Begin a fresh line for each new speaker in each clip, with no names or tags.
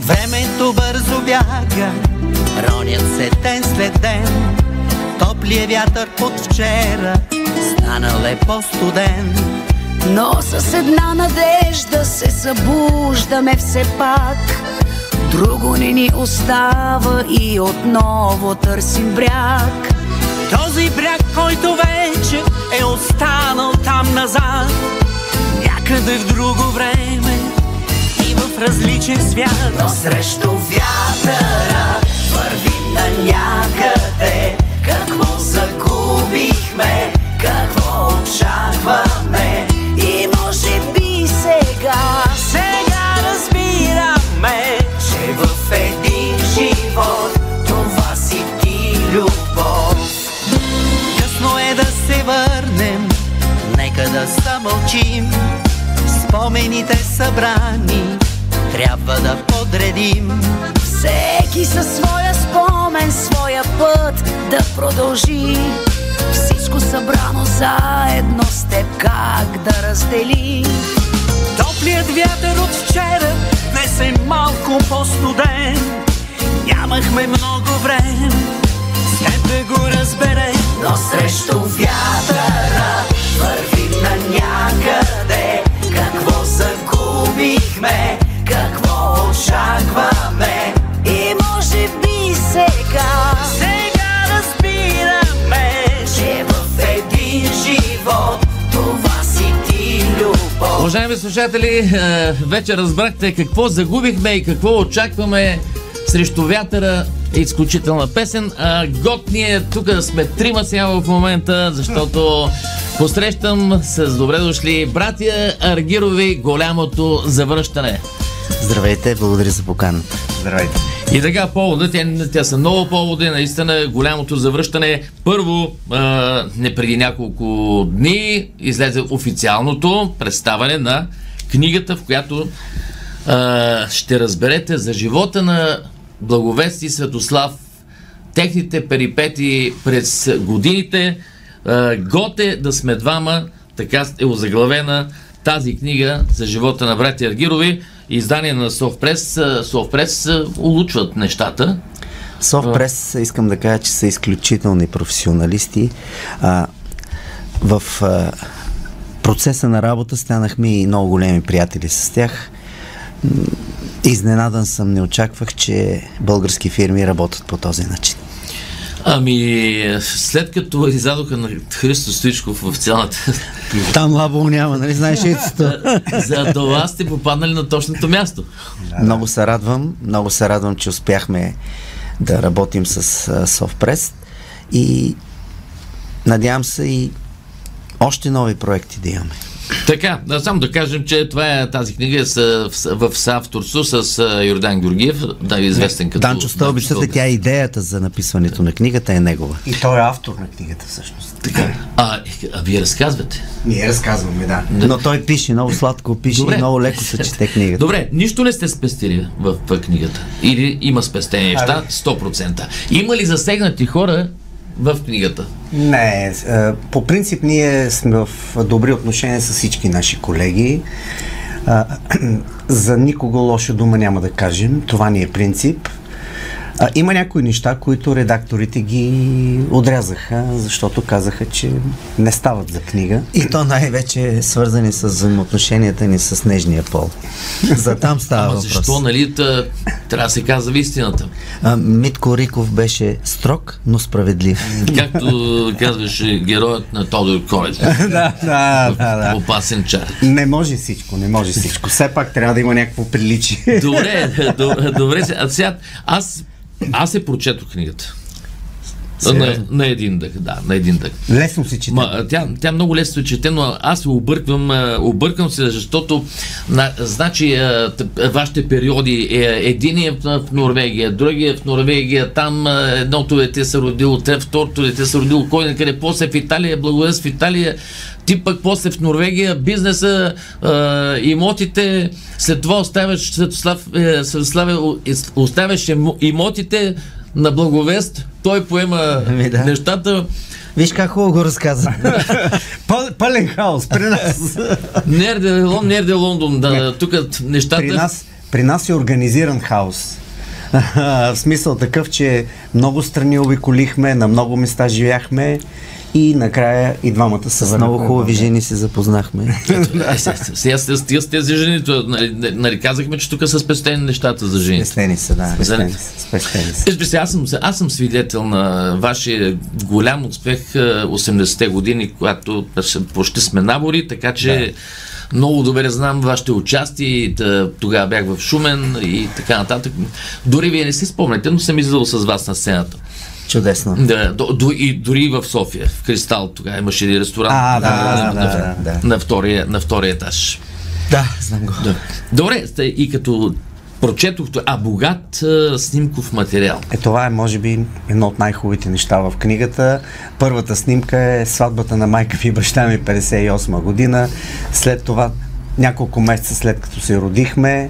Времето бързо бяга, ронят се ден след ден. Топлия вятър от вчера станал е по-студен.
Но с една надежда се събуждаме все пак. Друго не ни остава и отново търсим бряг.
Този бряг, който вече е останал там назад, някъде в друго време и в различен свят.
Но срещу вятъра върви на някъде. Какво загубихме, какво очакваме и може би сега
Сега разбираме,
че в един живот това си ти любов.
късно е да се върнем, нека да съмълчим. Спомените събрани, трябва да подредим.
Всеки със своя спомен, своя път да продължи. Всичко събрано заедно с теб как да раздели.
Топлият вятър от вчера днес е малко по-студен. Нямахме много време, с теб да го разберем.
Но срещу вятъра върви на някъде. Какво загубихме, какво очакваме и може би сега.
Сега разбираме,
Че в един живот това си ти любов.
Уважаеми слушатели, е, вече разбрахте какво загубихме и какво очакваме срещу вятъра. Е изключителна песен. А, готни е, тук сме трима сега в момента, защото посрещам с добре дошли братя Аргирови голямото завръщане.
Здравейте, благодаря за поканата. Здравейте.
И така, повода, тя, тя са много поводи, наистина голямото завръщане. Първо, а, не преди няколко дни излезе официалното представане на книгата, в която а, ще разберете за живота на благовести Светослав, техните перипети през годините. А, готе да сме двама, така е озаглавена тази книга за живота на братя Аргирови. Издание на Совпрес. А, Совпрес а, улучват нещата.
Софпрес, искам да кажа, че са изключителни професионалисти. А, в а, процеса на работа станахме и много големи приятели с тях. М, Изненадан съм, не очаквах, че български фирми работят по този начин.
Ами, след като издадоха на Христо Стоичков в цялата...
Там лабо няма, нали знаеш ецето?
За това сте попаднали на точното място.
Много се радвам, много се радвам, че успяхме да работим с а, Софпрес и надявам се и още нови проекти да имаме.
Така, да, само да кажем, че това е, тази книга е с- в, в съавторство с а, Йордан Георгиев, да, известен като...
Данчо Стълбичата,
Стълбич.
тя е идеята за написването на книгата е негова.
И той е автор на книгата всъщност. Така.
А, е, а вие разказвате.
Ние разказваме, да.
Но той пише много сладко, пише
Добре.
и много леко се чете книгата.
Добре, нищо не сте спестили в, в книгата. Или има спестени неща, 100%. Има ли засегнати хора в книгата?
Не, е, по принцип ние сме в добри отношения с всички наши колеги. А, За никого лоша дума няма да кажем. Това ни е принцип. А, Има някои неща, които редакторите ги отрязаха, защото казаха, че не стават за книга.
И то най-вече е свързани с взаимоотношенията ни с нежния пол. За там става
Ама
въпрос.
защо, нали, та, трябва да се казва истината?
А, Митко Риков беше строг, но справедлив.
Както казваше героят на Тодор Колев.
Да, да,
Опасен чар.
Не може всичко, не може всичко. Все пак трябва да има някакво приличие.
Добре, до- добре. се- А сега, аз, аз се прочетох книгата. На,
Сериозно?
на един дъх, да, на един дъх.
Лесно се чете.
Ма, а, тя, тя много лесно се чете, но аз се обърквам, а, объркам се, защото на, значи а, т- вашите периоди, е, един е в в Норвегия, другия е в Норвегия, там а, едното дете се родило, те, второто дете се родило, кой на къде, после в Италия, благоденс в Италия, ти пък после в Норвегия, бизнеса, а, имотите, след това оставяш, Светослав, е, Светославе, о- из- оставяш емо- имотите на благовест, той поема
Ами да.
нещата.
Виж как хубаво го разказа.
Пъл- Пълен хаос при нас.
Нерде Лондон, Нерде Лондон, да, тук нещата...
при нас, при нас е организиран хаос. в смисъл такъв, че много страни обиколихме, на много места живяхме и накрая и двамата се
С
върнахме.
много хубави
в България.
жени се запознахме.
Е, се- се- Сега с тези, с тези жени, то, нали, нали казахме, че тук са спестени нещата за жените. Е,
Теснени са, да.
Спестени са, Спестени са.
Вижте се, аз съм, аз съм свидетел на вашия голям успех е, 80-те години, когато беше- почти сме набори, така че да. много добре знам вашите участия. Та, Тогава бях в Шумен и така нататък. Дори вие не си спомняте, но съм излизал с вас на сцената.
Чудесно.
Да, до, до, и дори и в София, в Кристал, тогава имаше един ресторант.
А, да,
на-
да, да,
на-
да, да.
на втория, на втория етаж.
Да, знам го.
Да. Добре, сте- и като прочетох, то- а богат а, снимков материал.
Е, това е, може би, едно от най-хубавите неща в книгата. Първата снимка е сватбата на майка ми и баща ми 58 година. След това, няколко месеца след като се родихме,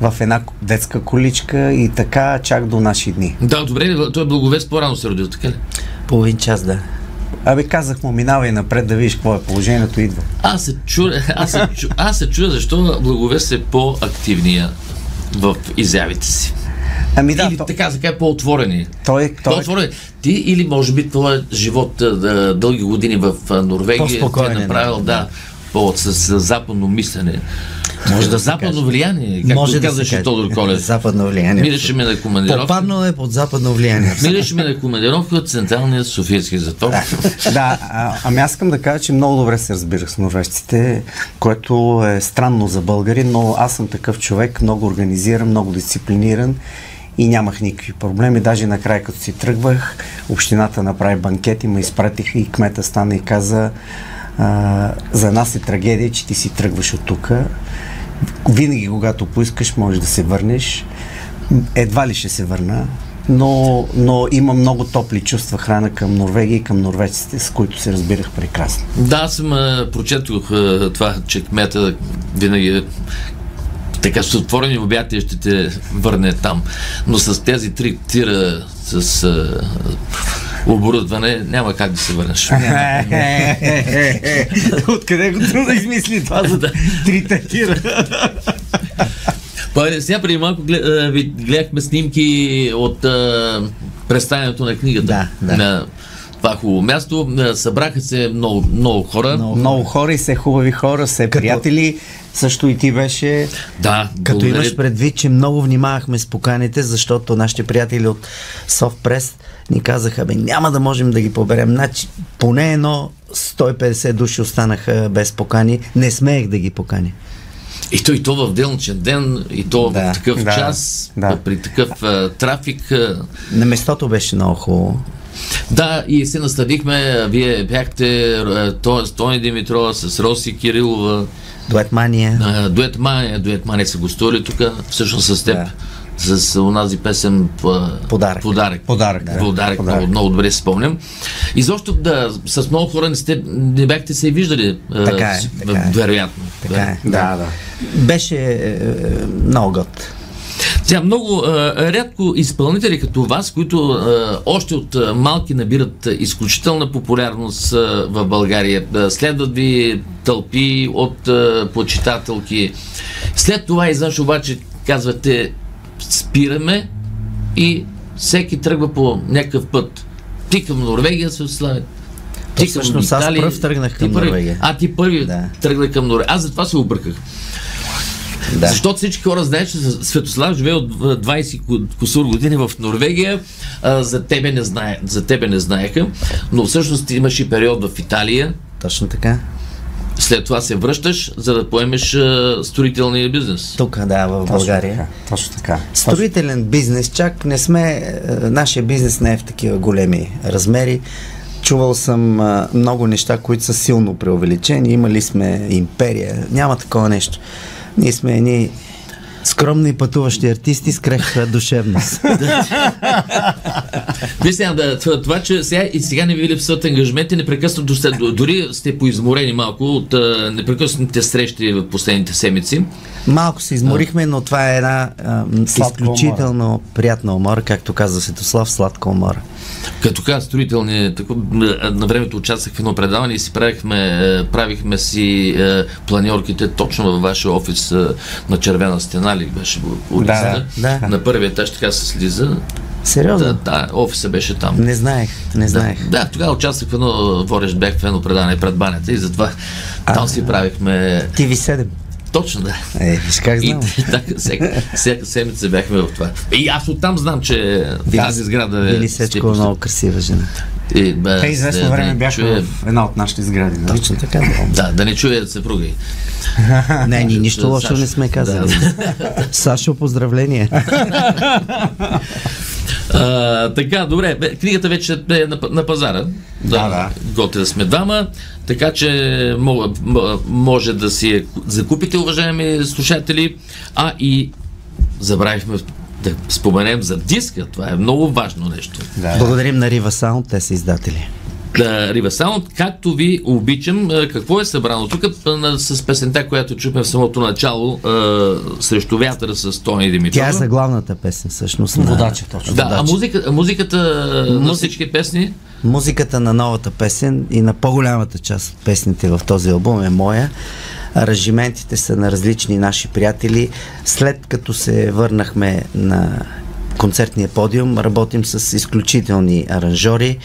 в една детска количка и така чак до наши дни.
Да, добре, той е благовест по-рано се родил, така ли?
Половин час, да.
Абе, казах му, минавай напред да видиш какво е положението, идва.
Аз се чудя, аз се, чу, аз се чудя защо благовест е по-активния в изявите си.
Ами
Да,
да,
или
то-
така, така е по-отворени.
той, е- той, той,
По-отворен. нали? Ти или може би твоя живот а, да, дълги години в а, Норвегия ти е
По-спокоен е,
направил, да, по, с, с западно мислене. Може да западно влияние, както
Може да
казваше
се каже.
Тодор Колев.
Западно влияние.
Мираше ме на командировка.
Попаднал е под западно влияние.
Мираше ме на командировка от Централния Софийски затвор.
Да, а, ами аз искам да кажа, че много добре се разбирах с норвежците, което е странно за българи, но аз съм такъв човек, много организиран, много дисциплиниран и нямах никакви проблеми. Даже накрая, като си тръгвах, общината направи банкет и ме изпратиха и кмета стана и каза а, за нас е трагедия, че ти си тръгваш от тук. Винаги, когато поискаш, можеш да се върнеш. Едва ли ще се върна, но, но има много топли чувства храна към Норвегия и към норвежците, с които се разбирах прекрасно.
Да, аз съм а, прочетох а, това, че кмета винаги е така с отворени обятия ще те върне там. Но с тези три тира с а, оборудване няма как да се върнеш. Е,
Откъде го трудно измисли това за да трите тира?
Па, е, сега преди малко гле- а, ви- гледахме снимки от а, представянето на книгата.
Да, да.
На това хубаво място. А, Събраха се много, много хора.
Много хора и се хубави хора, се
Като-
приятели. Също и ти беше.
Да,
Като
благодаря.
имаш предвид, че много внимавахме с поканите, защото нашите приятели от Софтпрес ни казаха, бе, няма да можем да ги поберем. Значи, поне едно 150 души останаха без покани. Не смеех да ги покани.
И то и то в делничен ден, и то
Да,
в такъв
да,
час,
да.
при такъв а, трафик. а.
На местото беше много хубаво.
Да, и се наставихме, вие бяхте а, то, Тони Димитрова с Роси Кирилова,
Дуетмания.
а, Дует Мания, Дует Мания са гостували тук, всъщност с теб.
Да.
С онази песен а,
Подарък.
Подарък.
Подарък, да.
Подарък,
Подарък.
Много, много добре си спомням. И защо да, с много хора не, сте, не бяхте се и виждали. а,
Така е,
с-
така е.
Вероятно.
Така е.
Да, да.
Беше е, е, много год.
Сега много а, рядко изпълнители като вас, които а, още от а, малки набират а, изключителна популярност а, в България, а, следват ви тълпи от а, почитателки. След това изведнъж обаче казвате спираме и всеки тръгва по някакъв път. Ти към Норвегия се слави.
То всъщност аз пръв тръгнах към
ти първи,
Норвегия.
А ти първи
Да.
тръгна към Норвегия. Аз затова се обърках. Да.
Да.
Защото всички хора знаят, че Светослав живее от а, 20 ку- кусур години в Норвегия. А, за, тебе не знае, за тебе не знаеха, но всъщност ти имаш и период в Италия.
Точно така.
След това се връщаш, за да поемеш а, строителния бизнес.
Тук, да, в
Точно
България.
така, Точно така.
Строителен бизнес, чак не сме, е, нашия бизнес не е в такива големи размери. Чувал съм е, много неща, които са силно преувеличени. Имали сме империя, няма такова нещо. Ние сме едни скромни пътуващи артисти с крехка душевност.
Вие сега, да, това, това, че сега и сега не ви липсват ангажименти, непрекъснато сте, дори сте поизморени малко от а, непрекъснатите срещи в последните седмици.
Малко се изморихме, но това е една а,
Сладка
изключително приятна умора, както каза Светослав, сладка умора.
Като каза строителни, тако, на времето участвах в едно предаване и си правихме, е, правихме си е, планьорките точно във вашия офис е, на Червена стена, ли беше улицата?
да, да.
На първия етаж така се слиза.
Сериозно?
Да, да, офиса беше там.
Не знаех, не знаех.
Да, да, тогава участвах в едно, водещ бях в едно предаване пред банята и затова там си правихме...
TV7.
Точно да.
Е, виж как
И
знам.
така, всяка, всяка седмица бяхме в това. И аз оттам знам, че тази сграда е...
Вили Сечко е
степен-
много красива жена.
И, бе,
Те известно
да
време
не
бяхме
чуе-
в една от нашите сгради. нали?
Точно така. да.
Да, да не чуят съпруги.
Не, ние нищо
Сашо.
лошо не сме казали. Сашо, поздравление.
А, така, добре, бе, книгата вече е на, п- на пазара. Да,
да.
Готови да сме двама, така че мога, м- може да си я закупите, уважаеми слушатели. А и забравихме да споменем за диска, това е много важно нещо.
Благодарим на Рива Саунд, те са издатели.
Да, Рива Саунд, както ви обичам, а, какво е събрано тук а, на- с песента, която чухме в самото начало, а, срещу вятъра с Тони Димитрова.
Тя е за главната песен, всъщност. на-
Водача, точно.
Да, а музика, а музиката на всички песни
Музиката на новата песен и на по-голямата част от песните в този албум е моя. Аранжиментите са на различни наши приятели. След като се върнахме на концертния подиум, работим с изключителни аранжори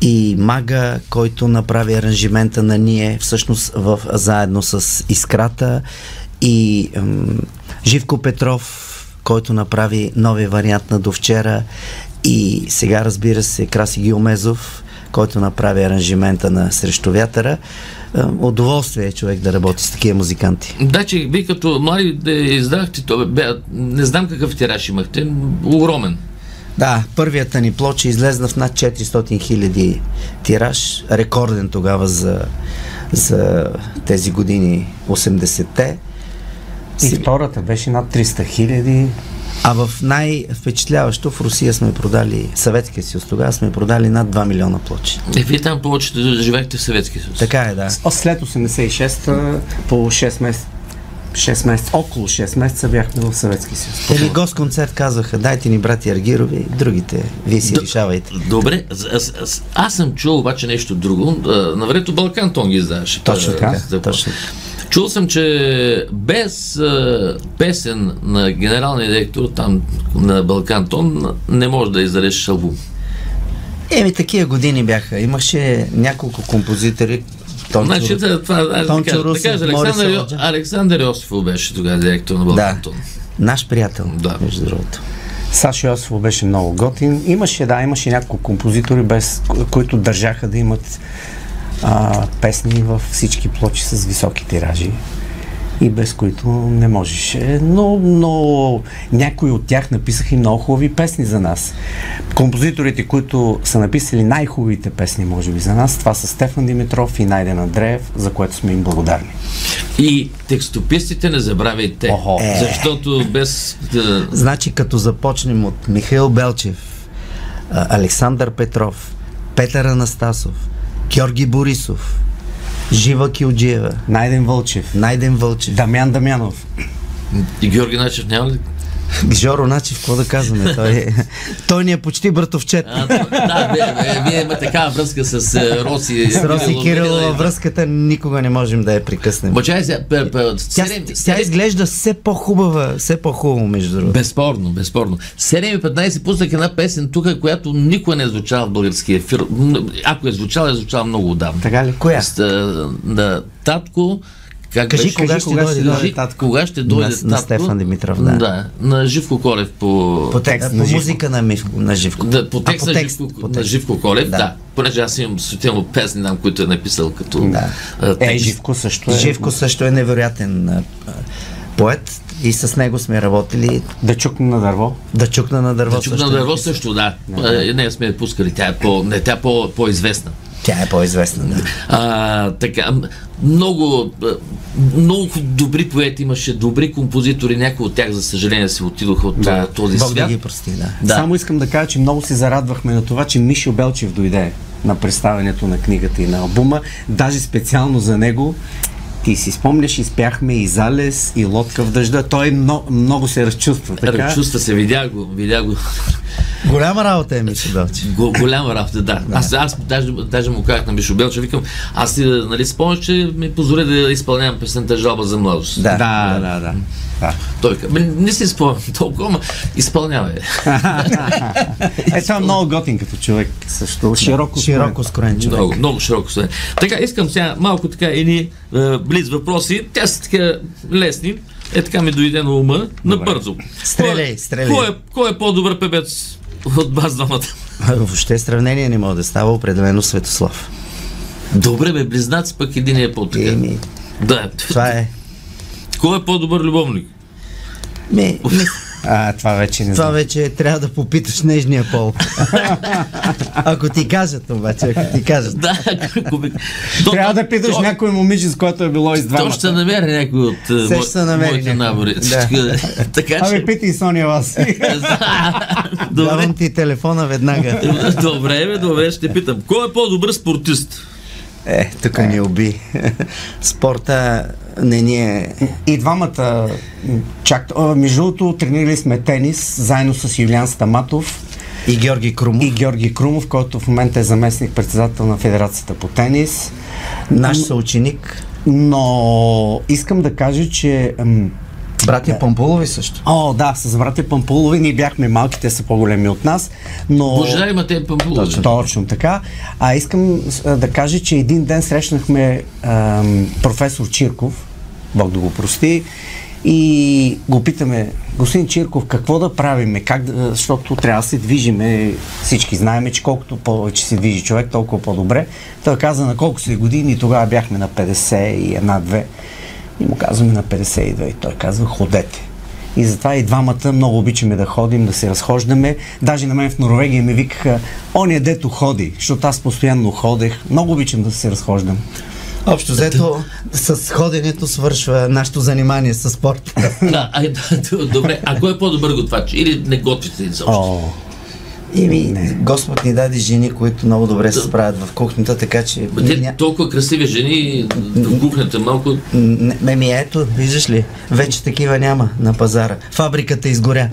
и Мага, който направи аранжимента на ние, всъщност в, заедно с Искрата и м- Живко Петров, който направи нови вариант на Довчера и сега разбира се Краси Гилмезов, който направи аранжимента на Срещу вятъра. Е, Удоволствие е човек да работи с такива музиканти.
Да, че Значи, вие като млади да я издахте, то бе, не знам какъв тираж имахте, м, огромен.
Да, първията ни плоча излезна в над 400 хиляди тираж, рекорден тогава за, за тези години 80-те.
И втората беше над 300 хиляди.
А в най-впечатляващо в Русия сме продали, Съветския съюз тогава сме продали над 2 милиона плочи.
Е, вие там повечето живеехте в Съветския съюз.
Така е, да.
А След 86-та, по 6 месеца, 6 месеца, около 6 месеца бяхме в Съветски съюз.
Те ни гост-концерт казваха, дайте ни брати Аргирови, другите, вие си решавайте.
Добре, аз, аз, аз, аз съм чул обаче нещо друго. А, На времето Балкан Тон ги издаваше.
Точно
Та-
така,
за-
точно.
Чул съм, че без а, песен на генералния директор там на Балкан Тон не може да издареш албум.
Еми, такива години бяха. Имаше няколко композитори. Тончо,
Значи, да, това, да, да,
Тончо
кажа, да
Русев,
кажа,
Морис
Александър, Йо-
Аладжа.
Александър Йосифов беше тогава директор на
да.
Балкан Тон.
Наш приятел,
Да.
да. между другото.
Сашо Йосифов беше много готин. Имаше, да, имаше няколко композитори, без, ко- които държаха да имат а, песни във всички плочи с високи тиражи и без които не можеше. Но, но някои от тях написаха и много хубави песни за нас. Композиторите, които са написали най-хубавите песни, може би, за нас, това са Стефан Димитров и Найден Андреев, за което сме им благодарни.
И текстопистите не забравяйте,
Охо.
Е. защото без... Да,
Значи, като започнем от Михаил Белчев, а, Александър Петров, Петър Анастасов, Георги Борисов, Жива Килджиева,
Найден Вълчев,
Найден Вълчев,
Дамян Дамянов,
и Георги Начев няма ли?
Жоро Начев, какво да казваме? Той, е- той ни е почти братовчет.
А, да, да, вие, вие имате такава връзка с е, Роси.
С Роси Кирилова
връзка.
връзката никога не можем да я прекъснем.
Бачай сега, п- п-
Тя,
седем-
тя
седем-
изглежда все по-хубава, все по-хубаво, между другото.
Безспорно, безспорно. 7.15 пуснах една песен тук, която никога не е звучала в българския ефир. М, Ако е звучала, е звучала много отдавна.
Така ли? Коя?
С, а, на татко, Как
Кажи,
беше?
кога
кажи
ще
кога
дойде
ще дойде
дойде.
Кажи,
татко.
Кога ще дойде
На- на
татко?
Стефан Димитров, да.
да. На Живко Колев по...
По текст,
на
по
Живко.
музика на, Мивко, на Живко.
Да, по
А,
текст, на, Живко,
по
на
текст.
Живко Колев, да.
Да.
Понеже аз имам светилно песни, там, които е написал като да. а,
Е,
текст.
Живко също е.
Живко също е невероятен а, а, поет и с него сме работили
Да чукне на дърво.
да чукна на дърво.
Чук на
също е
дърво
написал.
също, да. Е, Не сме я пускали, тя е, по, не, тя е по, по-известна.
Тя е по-известна. Да.
А, така, м- много, а, много добри поети имаше, добри композитори, някои от тях, за съжаление, си отидоха от да. този
Бог да
свят.
ги прости, да.
Да.
Само искам да кажа, че много се зарадвахме на това, че Мишо Белчев дойде на представянето на книгата и на албума, даже специално за него. Ти си спомняш, изпяхме и залез, и лодка в дъжда. Той много, много се разчувства. Така?
Чувства се, видя го, видя го.
Голяма работа е Мишо Белче.
Го, голяма работа, да. Аз, аз даже, даже му казах на Мишо Белчев, викам, аз ти, нали, спомняш, че ми позволи да изпълнявам песента Жалба за младост.
Да.
Да, да, да. да.
Той каза, «Ми, не си спомням толкова, ама изпълнявай.
Е, това е много готин като човек. Също широко.
Широко скроен човек.
е? Много, много широко се. Така, искам сега малко така едни е, близ въпроси. Те са така лесни. Е така ми дойде на ума, набързо.
Стреляй,
Кой е-
стреляй.
Кой е, кой е по-добър певец от вас двамата?
Въобще сравнение не може да става определено Светослав.
Добре бе, близнаци, пък един е по-така.
Еми,
Да.
това е.
Кой е по-добър любовник?
Ми, ми,
А, това вече не
това
знам.
вече трябва да попиташ нежния пол. ако ти кажат обаче, ако ти кажат.
Да, ако би- То-
Трябва
то-
да питаш
то-
някой момиче, с което е било
То
издвамата.
ще намери някой от е, мо-
ще намери
моите
някой.
набори.
Да.
така че...
Абе, Ами, питай Соня вас.
Добре.
Давам ти телефона веднага.
Добре, бе, добре, ще питам. Кой е по-добър спортист?
Е, тук ни уби. Спорта не ни е...
И двамата м, чак. а, Между другото, тренирали сме тенис заедно с Юлиан Стаматов
И Георги Крумов.
и Георги Крумов, който в момента е заместник председател на Федерацията по тенис.
Наш съученик.
Но искам да кажа, че м,
Братя Пампулови също.
О, да, с братя Пампулови ние бяхме малки, те са по-големи от нас, но...
Божидар има те пампула.
Точно. Точно така. А искам а, да кажа, че един ден срещнахме ам, професор Чирков, Бог да го прости, и го питаме, господин Чирков, какво да правиме, как да, защото трябва да се движиме, всички знаеме, че колкото повече се движи човек, толкова по-добре. Той каза на колко си години, тогава бяхме на 50 и една-две. И му казваме на 52 и той казва, ходете. И затова и двамата много обичаме да ходим, да се разхождаме. Даже на мен в Норвегия ми викаха, он е дето ходи, защото аз постоянно ходех. Много обичам да се разхождам.
Общо взето с ходенето свършва нашето занимание с спорта.
Да, ай, да, д- добре. А кой е по-добър готвач? Или не готвите изобщо?
О,
Ими, Господ ни даде жени, които много добре се справят в кухнята, така че...
Ма Те
ня-
толкова красиви жени в кухнята малко.
Не, ме ми ами ето, виждаш ли, вече такива няма на пазара. Фабриката изгоря.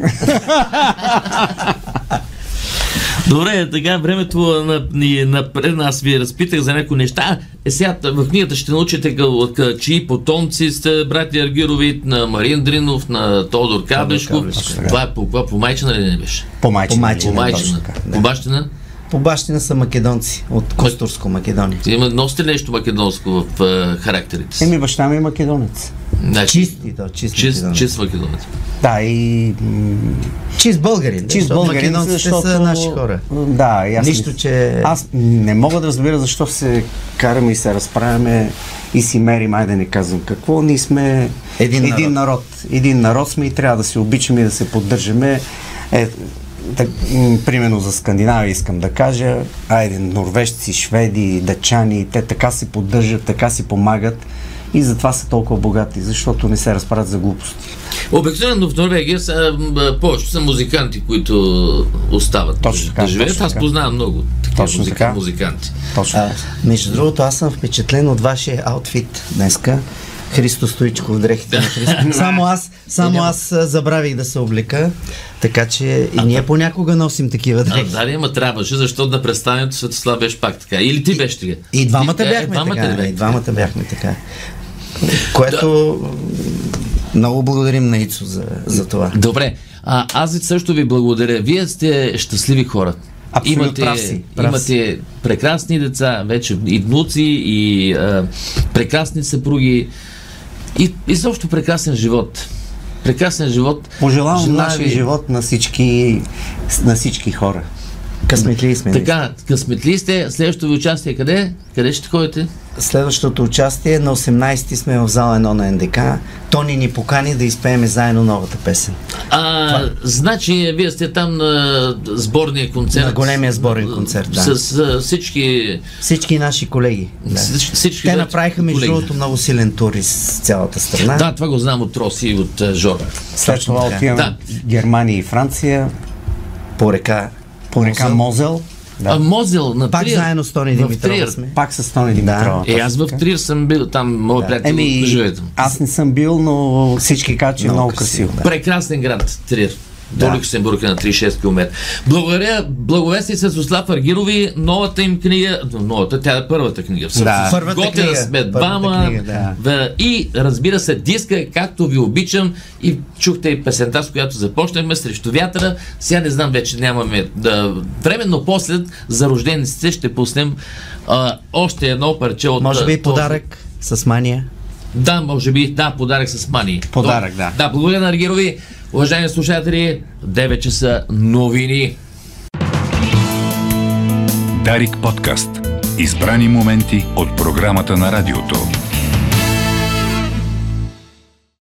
Добре, така времето на, ни напред. Аз ви е разпитах за някои неща. А, Е, сега т- в книгата ще научите къл- къ- чии потомци сте братя Аргирови, на Марин Дринов, на Тодор Каблешков.
Каблешков.
Това е по, каква? по майчина ли не беше?
по майчина.
По
По
майчина. Да,
майчина.
точно така,
По бащина?
По бащина са македонци от Костурско, Македония.
Има, носите ли нещо македонско в е, характерите си?
Еми, баща ми е македонец.
Значи,
Чисти, то, чист.
Чист,
македонци.
чист македонец.
Да, и... м,
Чист българин.
Чист
защото
българин,
Македонците
защото...
са наши хора.
Да, и аз
Нищо,
не-
че-
Аз не мога да разбира защо се караме и се разправяме и си мерим, айде не казвам какво. Ние сме
Един
един народ. Един народ сме и трябва да се обичаме и да се поддържаме. Е, так, м, примерно за Скандинавия искам да кажа, айде, норвежци, шведи, дъчани, те така се поддържат, така си помагат и затова са толкова богати, защото не се разправят за глупости.
Обикновено в Норвегия са, м, повечето са музиканти, които остават
Точно така,
да живеят.
точно
Аз
така.
познавам много такива
Точно
музика,
така.
музиканти.
Точно.
А, между другото, аз съм впечатлен от вашия аутфит днеска. Христо Стоичков, дрехите на Христо. Само аз, само аз а, забравих да се облека, така че и ние понякога носим такива
А,
Е,
дрехи.
да, ли, ама трябваше, защото на представянето Светослав беше пак така. Или ти беше така.
И двамата
Ти- е,
бяхме
двамата ли
така.
бяхте?
И двамата бяхме така. Което много благодарим на Ицо за, за това.
Добре, а, аз ви също ви благодаря. Вие сте щастливи хора.
Абсолютно,
имате,
прав си, прав
имате прекрасни деца, вече и внуци, и а, прекрасни съпруги. И изобщо прекрасен живот. Прекрасен живот.
Пожелавам
Желая
нашия
ви-
живот на всички, на всички хора.
Късметли сме.
Така, късметли сте. Следващото ви участие къде? Къде ще ходите?
Следващото участие на 18-ти сме в зала 1 на НДК. Тони ни покани да изпееме заедно новата песен.
А, значи, вие сте там на сборния концерт.
На големия сборен концерт, да.
С, с всички...
Всички наши колеги. Да.
Всич- всички
Те
да-
направиха между
колеги.
другото много силен тур из цялата страна.
Да, това го знам от Роси и от а, Жора.
След това
така.
отиваме
Да.
в Германия и Франция,
По река.
по река Мозел,
Да. А Мозел на
Пак
Триер.
заедно с Тони
В
Димитрова
Триер.
сме.
пак с Тони Димитрова.
Е, аз в Триер съм бил там, моят приятел
Еми,
живее там.
аз не съм бил, но всички казват, че е
Много
много красиво.
красиво,
Прекрасен град, Трир. До
Да.
Люксембург е на 36 км. Благодаря, благовести с Ослав Аргирови, новата им книга, новата, тя е първата книга. всъщност.
Да.
Първата
Готина
книга,
сме
първата
двама.
книга, да.
да. И разбира се, диска, е, както ви обичам. И чухте и песента, с която започнахме, срещу вятъра. Сега не знам, вече нямаме да, време, но после за рождениците ще пуснем а, още едно парче от...
Може
а,
би
този-
подарък с мания.
да, може би, да, подарък с мани.
Подарък, да.
Да, благодаря на Аргирови. Уважаеми слушатели, 9 часа новини.
Дарик подкаст. Избрани моменти от програмата на радиото.